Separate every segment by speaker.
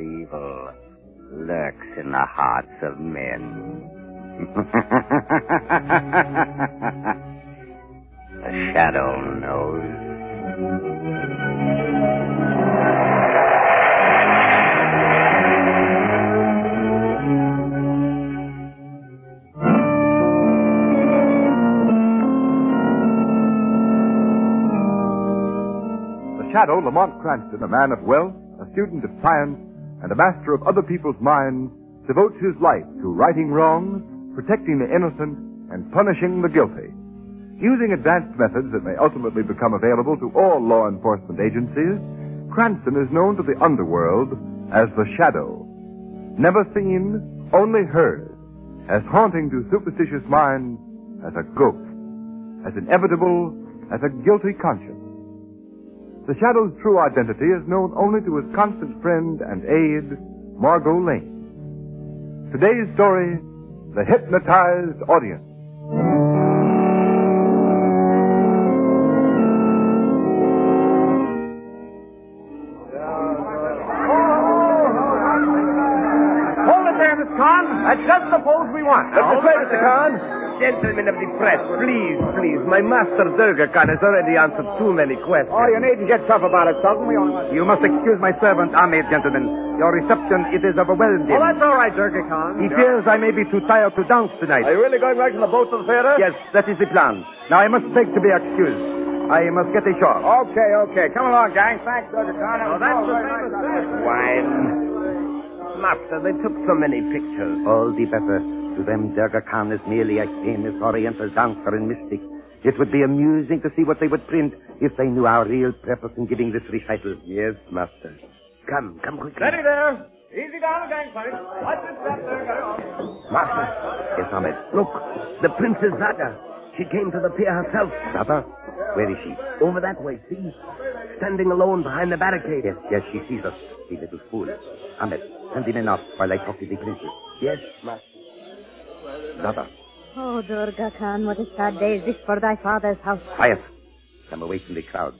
Speaker 1: lurks in the hearts of men. the shadow knows.
Speaker 2: shadow, Lamont Cranston, a man of wealth, a student of science, and a master of other people's minds, devotes his life to righting wrongs, protecting the innocent, and punishing the guilty. Using advanced methods that may ultimately become available to all law enforcement agencies, Cranston is known to the underworld as the Shadow. Never seen, only heard, as haunting to superstitious minds as a ghost, as inevitable as a guilty conscience. The Shadow's true identity is known only to his constant friend and aide, Margot Lane. Today's story, The Hypnotized Audience.
Speaker 3: Hold it there, Mr. Con. That's just the pose we want.
Speaker 4: That's right, Mr. Con
Speaker 3: gentlemen of the press, please, please. My master Zergerkan has already answered too many questions.
Speaker 4: Oh, you needn't get tough about it, Sultan. We only...
Speaker 5: You must excuse my servant, Ahmed, gentlemen. Your reception, it is overwhelming.
Speaker 4: Oh, that's all right, Zergerkan.
Speaker 5: He yeah. fears I may be too tired to dance tonight.
Speaker 4: Are you really going back to the boat to the theater?
Speaker 5: Yes, that is the plan. Now, I must beg to be excused. I must get ashore.
Speaker 4: Okay, okay. Come along, gang. Thanks, Zergerkan.
Speaker 3: Oh, that's the famous right. Wine. Master, they took so many pictures.
Speaker 1: All the better. To them, Durga Khan is merely a famous Oriental dancer and mystic. It would be amusing to see what they would print if they knew our real purpose in giving this recital.
Speaker 3: Yes, Master.
Speaker 1: Come, come quickly.
Speaker 4: Steady there. Easy down the gangplank. Watch this step there, Durga.
Speaker 1: Master. Yes, Ahmed.
Speaker 3: Look, the Princess Zaga. She came to the pier herself.
Speaker 1: Zaga? Where is she?
Speaker 3: Over that way, see? Standing alone behind the barricade.
Speaker 1: Yes, yes, she sees us. The little fool. Ahmed, send him in off while I talk to the princess.
Speaker 3: Yes, master.
Speaker 1: Dada.
Speaker 6: Oh, Durga Khan, what a sad day is this for thy father's house.
Speaker 1: Quiet. Come away from the crowd.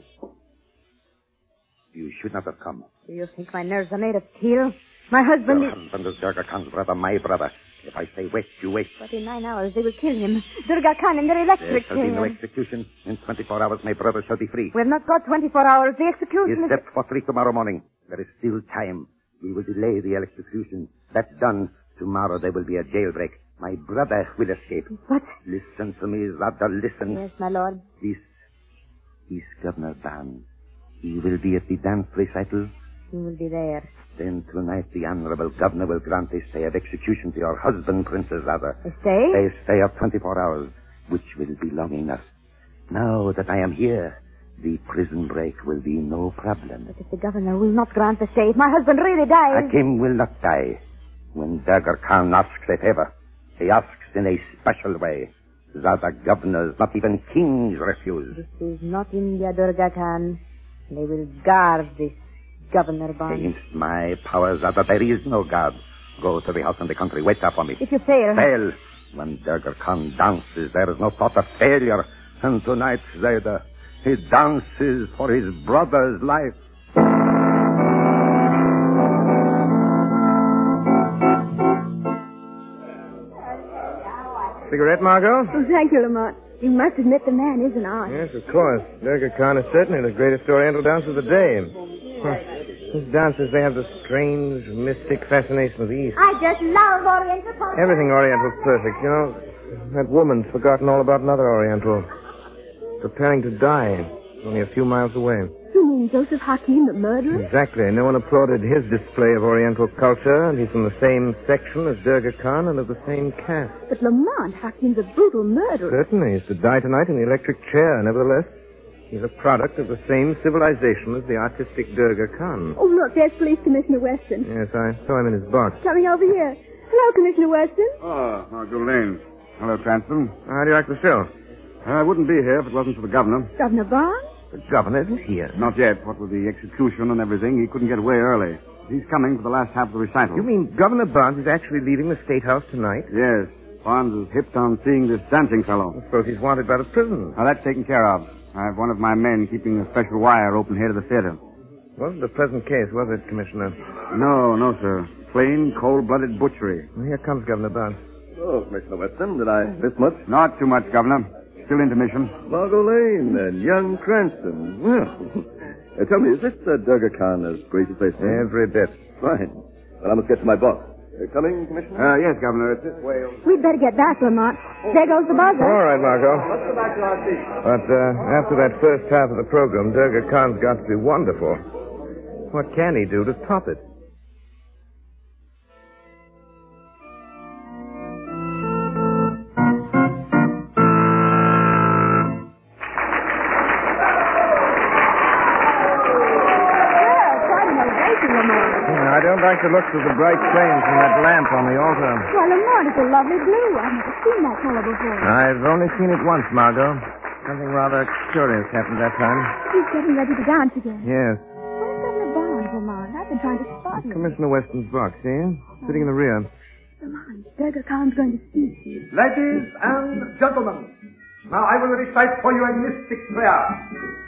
Speaker 1: You should not have come.
Speaker 6: Do you think my nerves are made of steel? My husband
Speaker 1: Your is... husband is Durga Khan's brother, my brother. If I say wait, you wait.
Speaker 6: But in nine hours they will kill him. Durga Khan and their electric
Speaker 1: There shall be no execution. In 24 hours my brother shall be free.
Speaker 6: We have not got 24 hours. The execution
Speaker 1: is... is... set for three tomorrow morning. There is still time. We will delay the execution. That's done. Tomorrow there will be a jailbreak. My brother will escape.
Speaker 6: What?
Speaker 1: Listen to me, Zada, listen.
Speaker 6: Yes, my lord.
Speaker 1: This is Governor Dan. He will be at the dance recital.
Speaker 6: He will be there.
Speaker 1: Then tonight the Honorable Governor will grant a stay of execution to your husband, Princess Zada.
Speaker 6: A stay?
Speaker 1: A stay of 24 hours, which will be long enough. Now that I am here, the prison break will be no problem.
Speaker 6: But if the governor will not grant the stay, if my husband really dies...
Speaker 1: Akim will not die. When Berger Khan asks a favor, he asks in a special way. The other governors, not even kings, refuse.
Speaker 6: This is not India, Durga Khan. They will guard this governor by...
Speaker 1: Against my powers, Zada, there is no guard. Go to the house in the country. Wait there for me.
Speaker 6: If you fail...
Speaker 1: Fail. When Durga Khan dances, there is no thought of failure. And tonight, Zayda, he dances for his brother's life.
Speaker 7: Cigarette, Margot?
Speaker 8: Oh, thank you, Lamont. You must admit the man is an art.
Speaker 7: Yes, of course. Durga Khan is certainly the greatest Oriental dancer of the day. His dances, they have the strange, mystic fascination of the East.
Speaker 8: I just love Oriental culture.
Speaker 7: Everything Oriental's perfect. You know, that woman's forgotten all about another Oriental preparing to die, only a few miles away.
Speaker 8: You mean Joseph Hakim, the murderer?
Speaker 7: Exactly. No one applauded his display of Oriental culture, and he's from the same section as Durga Khan and of the same caste.
Speaker 8: But Lamont Hakim's a brutal murderer.
Speaker 7: Certainly. He's to die tonight in the electric chair. Nevertheless, he's a product of the same civilization as the artistic Durga Khan.
Speaker 8: Oh, look, there's Police Commissioner Weston.
Speaker 7: Yes, I saw him in his box.
Speaker 8: Coming over here. Hello, Commissioner Weston.
Speaker 9: Ah, oh, Margot Lane. Hello, Cranston.
Speaker 7: How do you like the show?
Speaker 9: I wouldn't be here if it wasn't for the governor.
Speaker 8: Governor Barnes?
Speaker 7: The governor isn't here.
Speaker 9: Not yet. What with the execution and everything, he couldn't get away early. He's coming for the last half of the recital.
Speaker 7: You mean Governor Barnes is actually leaving the State House tonight?
Speaker 9: Yes. Barnes is hipped on seeing this dancing fellow.
Speaker 7: I suppose he's wanted by the prison.
Speaker 9: Now, that's taken care of. I have one of my men keeping a special wire open here to the theater.
Speaker 7: Wasn't a pleasant case, was it, Commissioner?
Speaker 9: No, no, sir.
Speaker 1: Plain, cold-blooded butchery.
Speaker 2: Well, here comes Governor Brown.
Speaker 3: Oh, Commissioner Weston, did I miss much?
Speaker 1: Not too much, Governor. Still intermission.
Speaker 3: Margot Lane and young Cranston. Well, uh, tell me, is this uh, Durga Khan's great replacement?
Speaker 2: Every bit.
Speaker 3: Fine. Well, I must get to my boss. Uh, coming, Commissioner?
Speaker 2: Ah,
Speaker 1: Uh, yes, Governor. It's this way.
Speaker 8: We'd better get back, Lamont. There goes the buzzer.
Speaker 2: All right, Margot.
Speaker 3: Let's go back to our seats.
Speaker 2: But uh, after that first half of the program, Durga Khan's got to be wonderful. What can he do to top it?
Speaker 8: Well, quite an ovation, Lamont.
Speaker 2: Hmm, I don't like the looks of the bright flames from that lamp on the altar.
Speaker 8: Why, Lamont, it's a lovely blue. I've never seen that color before.
Speaker 2: I've only seen it once, Margot. Something rather curious happened that time.
Speaker 8: He's getting ready to dance again.
Speaker 2: Yes.
Speaker 8: Where's Governor Barnes, Lamont? I've been trying to spot him.
Speaker 2: Commissioner Weston's box, see? Sitting in the rear.
Speaker 8: Lamont, Durga Khan's going to speak to you.
Speaker 10: Ladies and gentlemen, now I will recite for you a mystic prayer.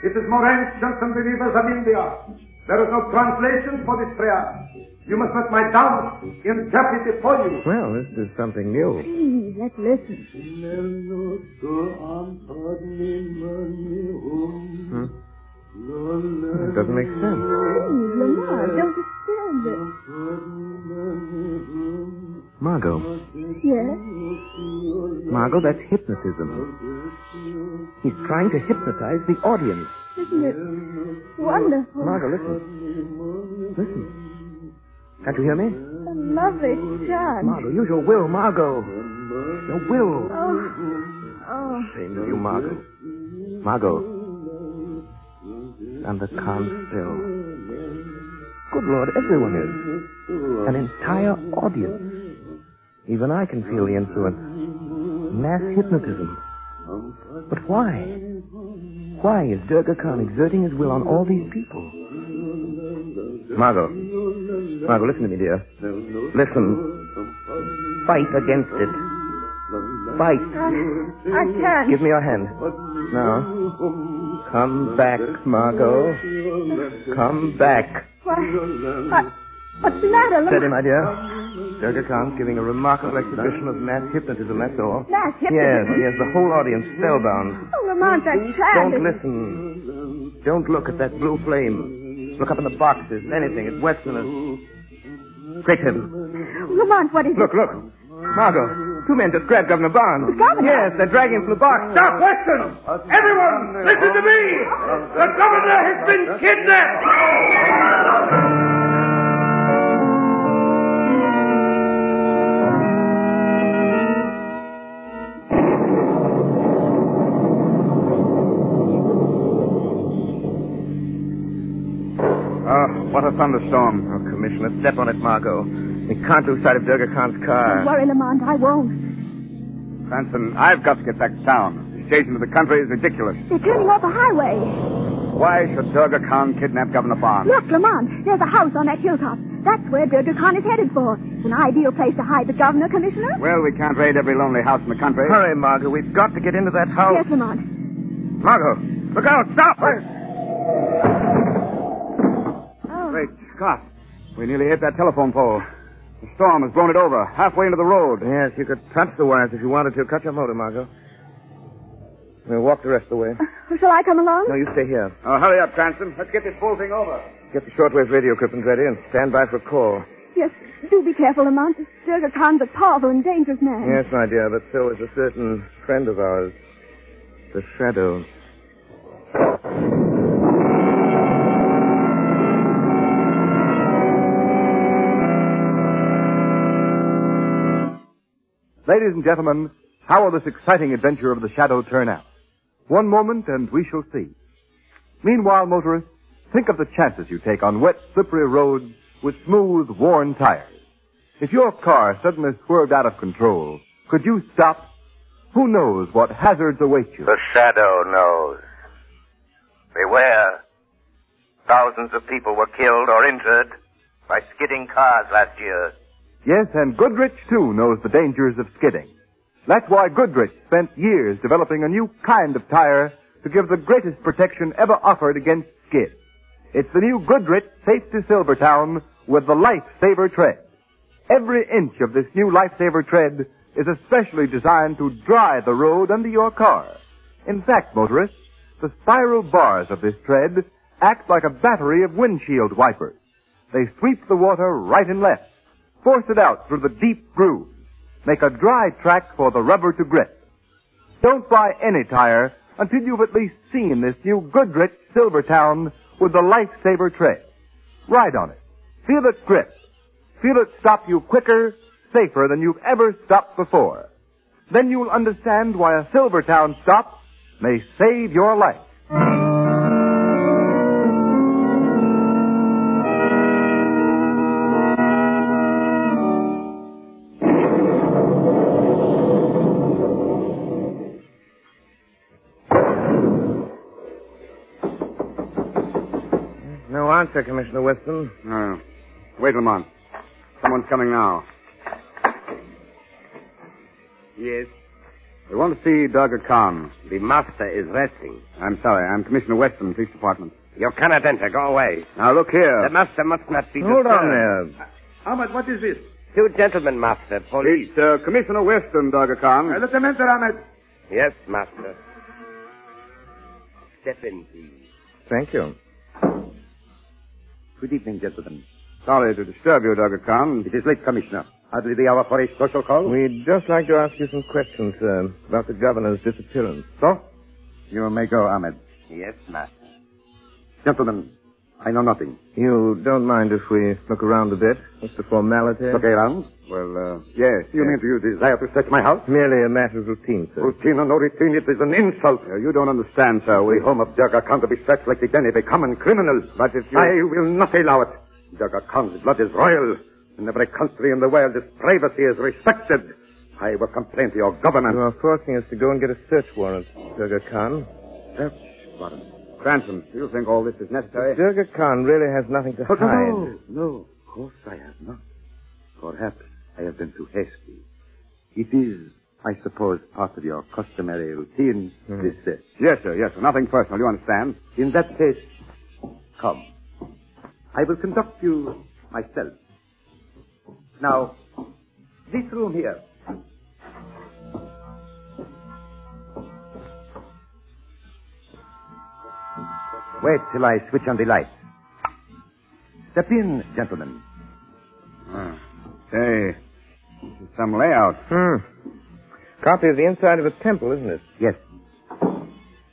Speaker 10: It is Moran's Johnson Believers of India. There is no translation for this prayer. You must let my dance interpret it for you.
Speaker 2: Well, this is something new.
Speaker 8: Please, let's listen.
Speaker 2: It doesn't make sense.
Speaker 8: Please, Lamont, don't disturb it.
Speaker 2: Margot.
Speaker 8: Yes?
Speaker 2: Margot, that's hypnotism. He's trying to hypnotize the audience.
Speaker 8: Isn't it wonderful?
Speaker 2: Margot, listen. Listen. Can't you hear me?
Speaker 8: A lovely chant.
Speaker 2: Margot, use your will, Margot. Your will.
Speaker 8: Oh, oh.
Speaker 2: Same to you, Margot. Margot. Under calm still. Good Lord, everyone is. An entire audience. Even I can feel the influence. Mass hypnotism. But why? Why is Durga Khan exerting his will on all these people? Margot. Margot, listen to me, dear. Listen. Fight against it. Fight.
Speaker 8: I, I can't.
Speaker 2: Give me your hand. Now. Come back, Margot. Come back.
Speaker 8: Why, what, what's the matter,
Speaker 2: Steady, my
Speaker 8: Lamont?
Speaker 2: dear. Durga Khan's giving a remarkable exhibition of mass hypnotism, that's all.
Speaker 8: Mass
Speaker 2: Yes,
Speaker 8: hypnotism?
Speaker 2: yes, the whole audience spellbound.
Speaker 8: Oh, Lamont, that chant
Speaker 2: Mm-hmm. Don't
Speaker 8: is...
Speaker 2: listen. Don't look at that blue flame. Look up in the boxes, anything. It's Westerners. Take him.
Speaker 8: Lamont, what is
Speaker 2: Look, look. Margot, two men just grabbed Governor Barnes.
Speaker 8: Governor?
Speaker 2: Yes, they're dragging him from the box. Stop!
Speaker 4: Weston! Everyone, listen to me! The governor has been kidnapped!
Speaker 2: Oh, what a thunderstorm. Oh, Commissioner, step on it, Margot. We can't lose sight of Durga Khan's
Speaker 8: Don't
Speaker 2: car.
Speaker 8: worry, Lamont, I won't.
Speaker 1: Cranston, I've got to get back to town. The station of the country is ridiculous.
Speaker 8: They're turning off a highway.
Speaker 1: Why should Durga Khan kidnap Governor Barnes?
Speaker 8: Look, Lamont, there's a house on that hilltop. That's where Durga Khan is headed for. An ideal place to hide the governor, Commissioner.
Speaker 1: Well, we can't raid every lonely house in the country.
Speaker 2: Hurry, Margot. We've got to get into that house.
Speaker 8: Yes, Lamont.
Speaker 2: Margot, look out. Stop.
Speaker 8: Oh,
Speaker 1: Great Scott. We nearly hit that telephone pole. The storm has blown it over, halfway into the road.
Speaker 2: Yes, you could touch the wires if you wanted to. Cut your motor, Margot. We'll walk the rest of the way.
Speaker 8: Oh. shall I come along?
Speaker 2: No, you stay here.
Speaker 1: Oh, hurry up, Cranston. Let's get this whole thing over.
Speaker 2: Get the shortwave radio equipment ready and stand by for a call.
Speaker 8: Yes, do be careful, Lamont. Durga Khan's a powerful and dangerous man.
Speaker 2: Yes, my dear, but so is a certain friend of ours, the Shadow.
Speaker 11: Ladies and gentlemen, how will this exciting adventure of the shadow turn out? One moment and we shall see. Meanwhile, motorists, think of the chances you take on wet, slippery roads with smooth, worn tires. If your car suddenly swerved out of control, could you stop? Who knows what hazards await you?
Speaker 12: The shadow knows. Beware. Thousands of people were killed or injured by skidding cars last year.
Speaker 11: Yes, and Goodrich, too, knows the dangers of skidding. That's why Goodrich spent years developing a new kind of tire to give the greatest protection ever offered against skid. It's the new Goodrich Safety Silvertown with the Lifesaver tread.
Speaker 2: Every inch of this new lifesaver tread is especially designed to dry the road under your car. In fact, motorists, the spiral bars of this tread act like a battery of windshield wipers. They sweep the water right and left, force it out through the deep grooves, make a dry track for the rubber to grip. Don't buy any tire until you've at least seen this new Goodrich Silvertown with the lifesaver tread. Ride on it. Feel it grip. Feel it stop you quicker, safer than you've ever stopped before. Then you'll understand why a Silvertown stop may save your life.
Speaker 13: No answer, Commissioner Weston.
Speaker 1: No. Wait, Lamont. Someone's coming now.
Speaker 14: Yes.
Speaker 1: They want to see Durga Khan.
Speaker 14: The master is resting.
Speaker 1: I'm sorry. I'm Commissioner Weston, Police Department.
Speaker 14: You cannot enter. Go away.
Speaker 1: Now, look here.
Speaker 14: The master must not be
Speaker 1: Hold
Speaker 14: disturbed.
Speaker 1: on there.
Speaker 3: Ahmed, what is this?
Speaker 14: Two gentlemen, master. Police.
Speaker 1: It's uh, Commissioner Weston, Durga Khan.
Speaker 3: Uh, let them enter, Ahmed.
Speaker 14: Yes, master. Step in, please.
Speaker 13: Thank you.
Speaker 15: Good evening, gentlemen.
Speaker 1: Sorry to disturb you, Durga Khan.
Speaker 15: It is late, Commissioner. Hardly the hour for a social call.
Speaker 13: We'd just like to ask you some questions, sir, about the governor's disappearance.
Speaker 15: So? You may go, Ahmed.
Speaker 14: Yes, master.
Speaker 15: Gentlemen, I know nothing.
Speaker 13: You don't mind if we look around a bit? Just a formality?
Speaker 15: Look around.
Speaker 1: Well, uh,
Speaker 15: Yes. You mean do you desire to search my house?
Speaker 13: Merely a matter of routine, sir.
Speaker 15: Routine or no routine, it is an insult.
Speaker 1: uh, you don't understand, sir. We...
Speaker 15: The home of Durga Khan to be searched like the den of a common criminal.
Speaker 1: But if you...
Speaker 15: I will not allow it. Durga Khan's blood is royal. In every country in the world, his privacy is respected. I will complain to your government.
Speaker 13: You are forcing us to go and get a search warrant, Durga Khan.
Speaker 15: Search warrant.
Speaker 1: Cranston, do you think all this is necessary?
Speaker 13: Durga Khan really has nothing to
Speaker 15: Oh, no,
Speaker 13: hide.
Speaker 15: no, no, of course I have not. Perhaps I have been too hasty. It is, I suppose, part of your customary routine, this uh, search.
Speaker 1: Yes, sir. Yes, sir. Nothing personal. You understand?
Speaker 15: In that case, come. I will conduct you myself. Now, this room here. Wait till I switch on the light. Step in, gentlemen.
Speaker 1: Ah. Say, this is some layout.
Speaker 13: Hmm. Copy of the inside of a temple, isn't it?
Speaker 15: Yes.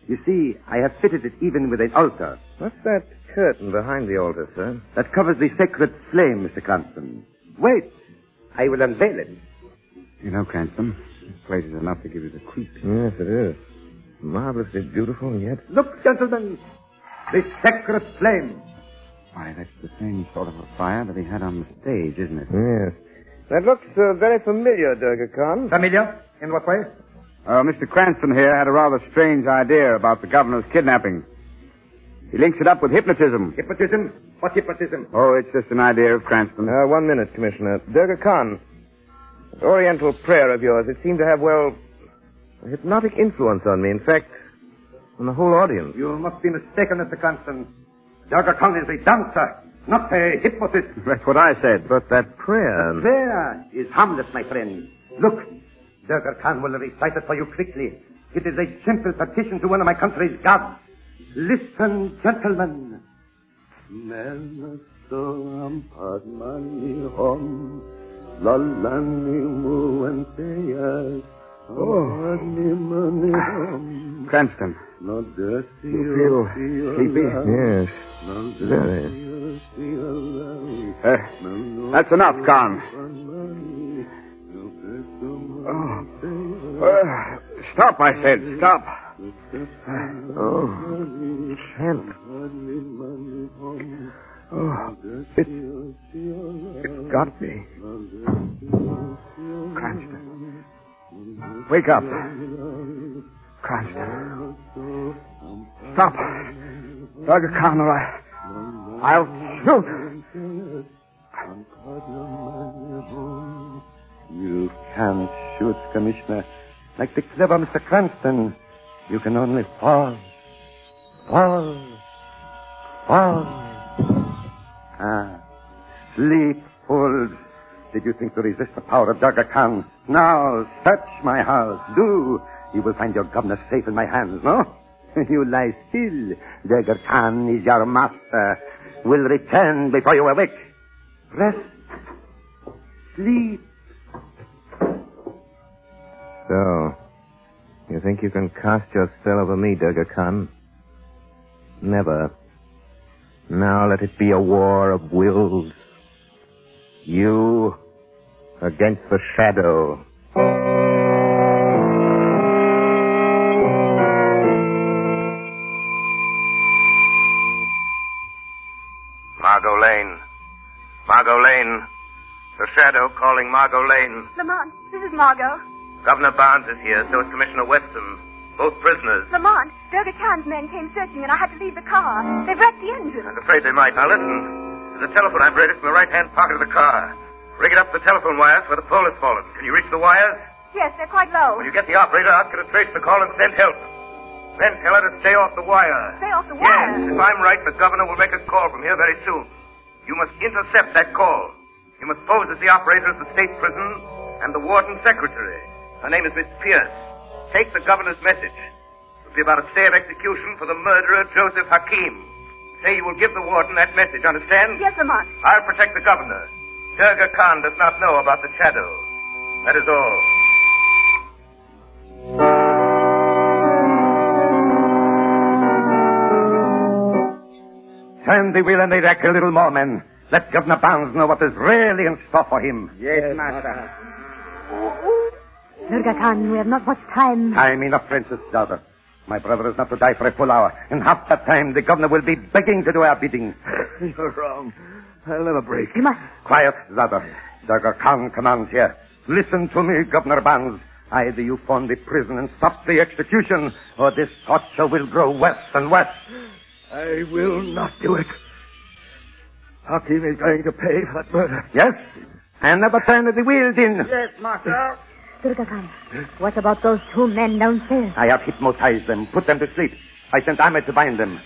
Speaker 15: You see, I have fitted it even with an altar
Speaker 13: What's that curtain behind the altar, sir?
Speaker 15: that covers the sacred flame, Mr. Cranston. Wait, I will unveil it.
Speaker 1: You know, Cranston, this place is enough to give you the creeps.
Speaker 13: Yes, it is. Marvelously beautiful, and yet.
Speaker 15: Look, gentlemen, the sacred flame.
Speaker 1: Why, that's the same sort of a fire that he had on the stage, isn't it?
Speaker 13: Yes. That looks uh, very familiar, Durga Khan.
Speaker 3: Familiar? In what way?
Speaker 1: Uh, Mr. Cranston here had a rather strange idea about the governor's kidnapping. He links it up with hypnotism.
Speaker 3: Hypnotism? What hypnotism?
Speaker 1: Oh, it's just an idea of Cranston.
Speaker 13: Uh, one minute, Commissioner. Durga Khan, that oriental prayer of yours, it seemed to have, well, a hypnotic influence on me. In fact, on the whole audience.
Speaker 3: You must be mistaken, Mr. Cranston. Durga Khan is a dancer, not a hypnotist.
Speaker 1: That's what I said.
Speaker 13: But that prayer.
Speaker 15: Prayer is harmless, my friend.
Speaker 3: Look, Durga Khan will recite it for you quickly. It is a simple petition to one of my country's gods. Listen, gentlemen.
Speaker 1: Oh. Cranston. You feel sleepy?
Speaker 13: Yes. Very.
Speaker 1: Uh, that's enough, Khan. Oh. Uh, stop, I said. Stop.
Speaker 13: Oh, chant. Oh, it, it got me.
Speaker 1: Cranston. Wake up. Cranston. Stop. Dr. Connor, I. I'll shoot.
Speaker 15: You can shoot, Commissioner. Like the clever Mr. Cranston, you can only fall, fall, fall. Ah, sleep, fools.
Speaker 1: Did you think to resist the power of Dagger Khan? Now, search my house. Do. You will find your governor safe in my hands, no? you lie still. Dagger Khan is your master. Will return before you awake. Rest. Sleep.
Speaker 16: So, you think you can cast your spell over me, Durga Khan? Never. Now let it be a war of wills. You against the shadow.
Speaker 12: Margot Lane. Margot Lane. The shadow calling Margot Lane.
Speaker 8: Lamont, this is Margot.
Speaker 12: Governor Barnes is here, so is Commissioner Weston. Both prisoners.
Speaker 8: Lamont, Durga Khan's men came searching and I had to leave the car. They've wrecked the engine.
Speaker 12: I'm afraid they might. Now listen. There's a telephone apparatus in the right-hand pocket of the car. Rig it up the telephone wires where the pole has fallen. Can you reach the wires?
Speaker 8: Yes, they're quite low.
Speaker 12: When you get the operator, ask her to trace the call and send help. Then tell her to stay off the wire.
Speaker 8: Stay off the wire?
Speaker 12: Yes, if I'm right, the governor will make a call from here very soon. You must intercept that call. You must pose as the operator of the state prison and the warden secretary. Her name is Miss Pierce. Take the governor's message. It'll be about a stay of execution for the murderer, Joseph Hakim. Say you will give the warden that message, understand?
Speaker 8: Yes, Lamont.
Speaker 12: I'll protect the governor. Durga Khan does not know about the shadow. That is all.
Speaker 1: Turn the wheel and the rack a little more, men. Let Governor Barnes know what is really in store for him.
Speaker 16: Yes, master.
Speaker 6: Durga Khan, we have not much time.
Speaker 1: Time enough, Princess Daughter. My brother is not to die for a full hour. In half that time, the governor will be begging to do our bidding.
Speaker 3: You're wrong. I'll never break.
Speaker 6: You must.
Speaker 1: Quiet, Zada. Durga Khan commands here. Listen to me, Governor Barnes. Either you form the prison and stop the execution, or this torture will grow worse and worse.
Speaker 3: I will not do it. Hakim is going to pay for that murder.
Speaker 1: Yes? Another turn of the wheel, Din.
Speaker 17: Yes, Master.
Speaker 6: Durga Khan, what about those two men downstairs?
Speaker 1: I have hypnotized them, put them to sleep. I sent Ahmed to bind them.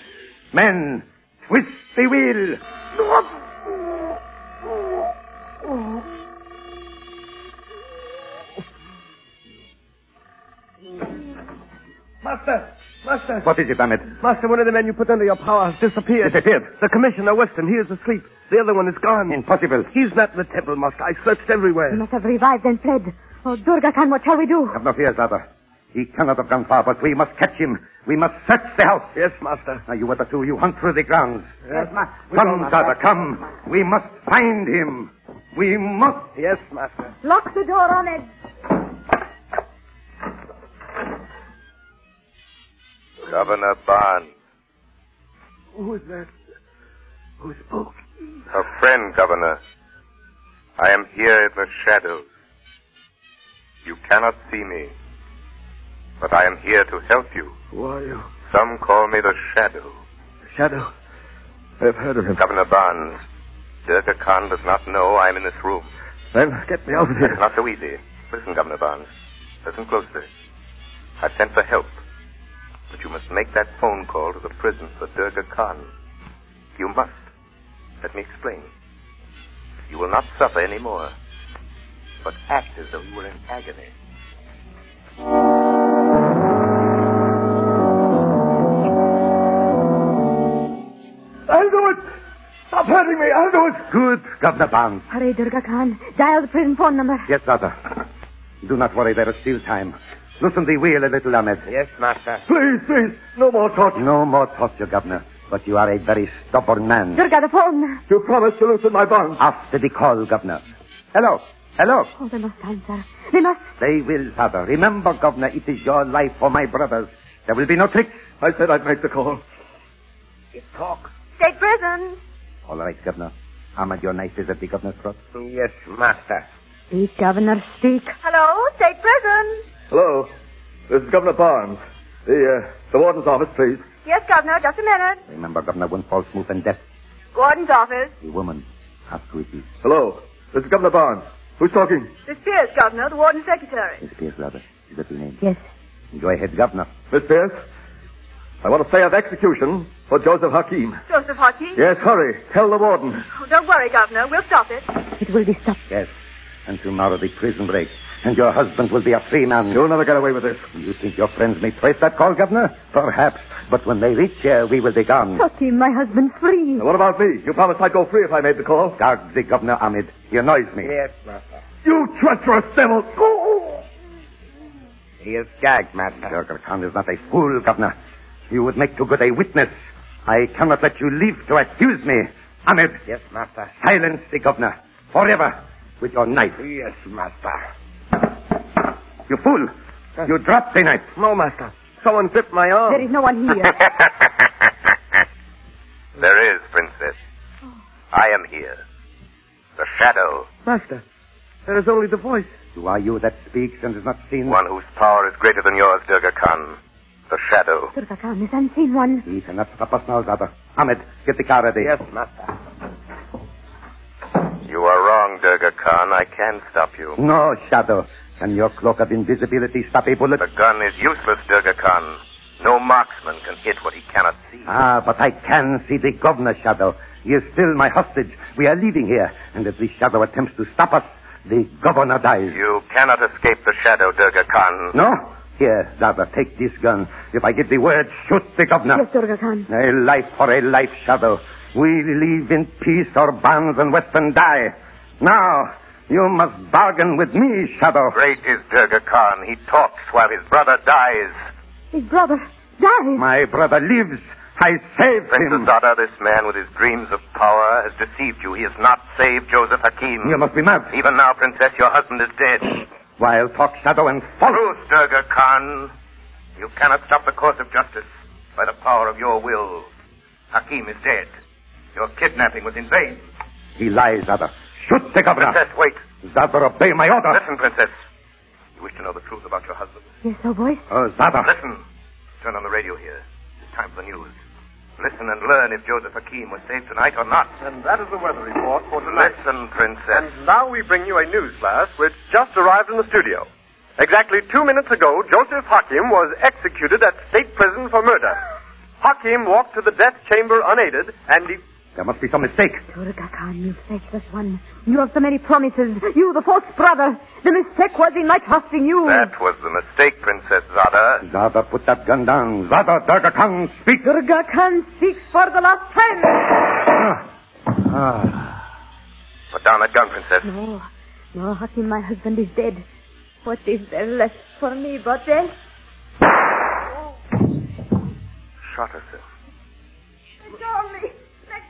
Speaker 1: Men, twist the wheel.
Speaker 3: Master! Master!
Speaker 1: What is it, Ahmed?
Speaker 3: Master, one of the men you put under your power has disappeared.
Speaker 1: Disappeared?
Speaker 3: The commissioner, Weston, he is asleep. The other one is gone.
Speaker 1: Impossible.
Speaker 3: He's not in the temple, Master. I searched everywhere.
Speaker 6: He must have revived and fled. Oh, Durga Khan, what shall we do?
Speaker 1: Have no fear, Zada. He cannot have gone far, but we must catch him. We must search the house.
Speaker 3: Yes, Master.
Speaker 1: Now, you other two, you hunt through the grounds.
Speaker 17: Yes, Master.
Speaker 1: Come, Zada, come. We must find him. We must.
Speaker 3: Yes, Master.
Speaker 6: Lock the door on it.
Speaker 12: Governor Barnes.
Speaker 3: Who is that? Who spoke?
Speaker 12: A friend, Governor. I am here in the shadows. You cannot see me, but I am here to help you.
Speaker 3: Who are you?
Speaker 12: Some call me the Shadow.
Speaker 3: The Shadow? I've heard of him.
Speaker 12: Governor Barnes, Durga Khan does not know I'm in this room.
Speaker 3: Then get me out of here.
Speaker 12: It's not so easy. Listen, Governor Barnes. Listen closely. I sent for help, but you must make that phone call to the prison for Durga Khan. You must. Let me explain. You will not suffer any more, but act as though you were in agony.
Speaker 3: I'll do it! Stop hurting me! I'll do it!
Speaker 1: Good, Governor Barnes.
Speaker 6: Hurry, Durga Khan. Dial the prison phone number.
Speaker 1: Yes, Dada. Do not worry, there is still time. Loosen the wheel a little, Ahmed.
Speaker 16: Yes, Master.
Speaker 3: Please, please, no more torture.
Speaker 1: No more torture, Governor. But you are a very stubborn man.
Speaker 6: Durga, the phone.
Speaker 3: You promised to loosen my bonds.
Speaker 1: After the call, Governor. Hello. Hello.
Speaker 6: Oh, they must answer. They must.
Speaker 1: They will, Father. Remember, Governor, it is your life for my brothers. There will be no tricks.
Speaker 3: I said I'd make the call.
Speaker 17: It's talk.
Speaker 8: State prison.
Speaker 1: All right, Governor. Ahmed, your knife is at the governor's throat.
Speaker 16: Yes, Master.
Speaker 6: Speak, Governor, speak.
Speaker 8: Hello, state prison.
Speaker 2: Hello. This is Governor Barnes. The, uh, the warden's office, please.
Speaker 8: Yes, Governor, just a minute.
Speaker 1: Remember, Governor, one false move and death.
Speaker 8: Gordon's office.
Speaker 1: The woman. Ask who it is.
Speaker 3: Oh,
Speaker 2: Hello. This is Governor Barnes. Who's talking?
Speaker 8: Miss Pierce, Governor, the warden's secretary.
Speaker 1: Miss Pierce, rather. Is that your name?
Speaker 6: Yes.
Speaker 1: Go ahead, Governor.
Speaker 2: Miss Pierce, I want a say of execution for Joseph Hakim.
Speaker 8: Joseph Hakim?
Speaker 2: Yes, hurry. Tell the warden.
Speaker 8: Oh, don't worry, Governor. We'll stop it.
Speaker 6: It will be stopped.
Speaker 1: Yes. And tomorrow the prison breaks, and your husband will be a free man.
Speaker 3: You'll never get away with this.
Speaker 1: You think your friends may trace that call, Governor? Perhaps. But when they reach here, we will be gone.
Speaker 8: Totti, my husband, free.
Speaker 3: Now, what about me? You promised I'd go free if I made the call.
Speaker 1: Guard the Governor, Ahmed. He annoys me.
Speaker 18: Yes, Master.
Speaker 3: You treacherous devil! Go!
Speaker 18: He is gagged, Master.
Speaker 1: Jurgen Khan is not a fool, Governor. You would make too good a witness. I cannot let you live to accuse me. Ahmed.
Speaker 18: Yes, Master.
Speaker 1: Silence the Governor. Forever. With your knife.
Speaker 18: Yes, Master.
Speaker 1: You fool. You dropped the knife.
Speaker 18: No, Master. Someone gripped my arm.
Speaker 8: There is no one here.
Speaker 12: there is, Princess. I am here. The shadow.
Speaker 18: Master, there is only the voice.
Speaker 1: Who are you that speaks and is not seen?
Speaker 12: One whose power is greater than yours, Durga Khan. The shadow.
Speaker 8: Durga Khan, this unseen one.
Speaker 1: He cannot stop us now, Zada. Ahmed, get the car ready.
Speaker 18: Yes, Master.
Speaker 12: You are wrong, Durga Khan. I can stop you.
Speaker 1: No, shadow. Can your cloak of invisibility stop a bullet?
Speaker 12: The gun is useless, Durga Khan. No marksman can hit what he cannot see.
Speaker 1: Ah, but I can see the governor, Shadow. He is still my hostage. We are leaving here, and if the Shadow attempts to stop us, the governor dies.
Speaker 12: You cannot escape the Shadow, Durga Khan.
Speaker 1: No? Here, Zada, take this gun. If I give the word, shoot the governor.
Speaker 8: Yes, Durga Khan.
Speaker 1: A life for a life, Shadow. We live in peace or bonds and Western die. Now, you must bargain with me, Shadow.
Speaker 12: Great is Durga Khan. He talks while his brother dies.
Speaker 8: His brother dies.
Speaker 1: My brother lives. I saved
Speaker 12: Princess
Speaker 1: him.
Speaker 12: Zada, this man with his dreams of power has deceived you. He has not saved Joseph Hakim.
Speaker 1: You must be mad.
Speaker 12: Even now, Princess, your husband is dead.
Speaker 1: While talk shadow and follow.
Speaker 12: Truth, Durga Khan. You cannot stop the course of justice by the power of your will. Hakim is dead. Your kidnapping was in vain.
Speaker 1: He lies, Zada. Shoot the governor.
Speaker 12: Princess, wait.
Speaker 1: Zada, obey my order.
Speaker 12: Listen, Princess. You wish to know the truth about your husband.
Speaker 8: Yes, oh boy.
Speaker 1: Oh, Zada.
Speaker 12: Listen. Turn on the radio here. It's time for the news. Listen and learn if Joseph Hakim was saved tonight or not.
Speaker 19: And that is the weather report for tonight.
Speaker 12: Listen, Princess.
Speaker 19: And now we bring you a news flash which just arrived in the studio. Exactly two minutes ago, Joseph Hakim was executed at state prison for murder. Hakim walked to the death chamber unaided, and he...
Speaker 1: There must be some mistake.
Speaker 8: Durga Khan, you faithless one. You have so many promises. You, the false brother. The mistake was in my trusting you.
Speaker 12: That was the mistake, Princess Zada.
Speaker 1: Zada, put that gun down. Zada, Durga Khan, speak.
Speaker 8: Durga Khan speaks for the last time.
Speaker 1: Ah. Ah.
Speaker 12: Put down that gun, Princess.
Speaker 8: No. No, Hakim, my husband is dead. What is there left for me but death?
Speaker 12: Shot herself.
Speaker 20: Dolly!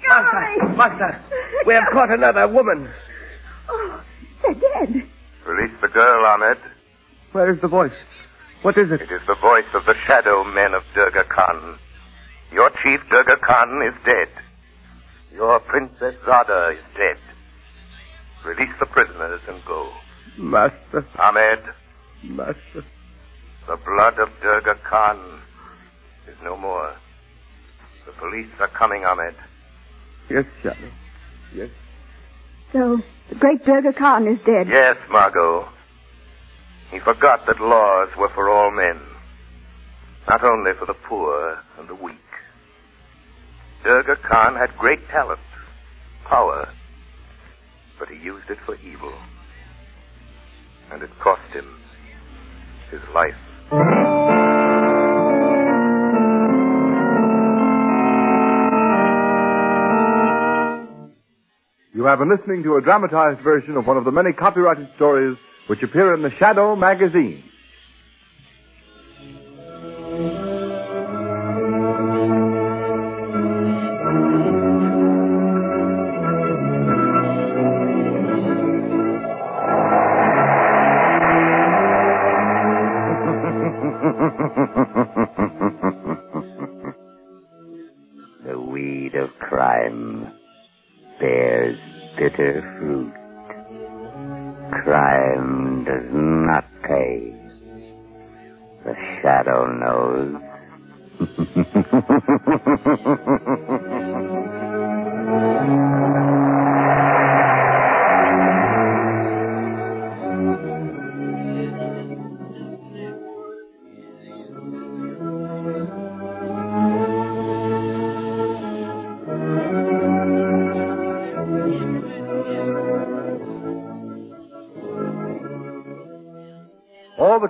Speaker 18: Master, Master, we have caught another woman.
Speaker 8: Oh, they're dead.
Speaker 12: Release the girl, Ahmed.
Speaker 18: Where is the voice? What is it?
Speaker 12: It is the voice of the shadow men of Durga Khan. Your chief, Durga Khan, is dead. Your Princess Zada is dead. Release the prisoners and go.
Speaker 18: Master.
Speaker 12: Ahmed.
Speaker 18: Master.
Speaker 12: The blood of Durga Khan is no more. The police are coming, Ahmed.
Speaker 18: Yes, Shadow. Yes.
Speaker 8: So, the great Durga Khan is dead.
Speaker 12: Yes, Margot. He forgot that laws were for all men, not only for the poor and the weak. Durga Khan had great talent, power, but he used it for evil. And it cost him his life.
Speaker 2: You have been listening to a dramatized version of one of the many copyrighted stories which appear in the Shadow magazine.
Speaker 21: the weed of crime bears bitter fruit. Crime does not pay. The shadow knows.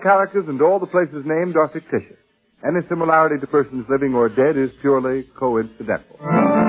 Speaker 2: characters and all the places named are fictitious. Any similarity to persons living or dead is purely coincidental.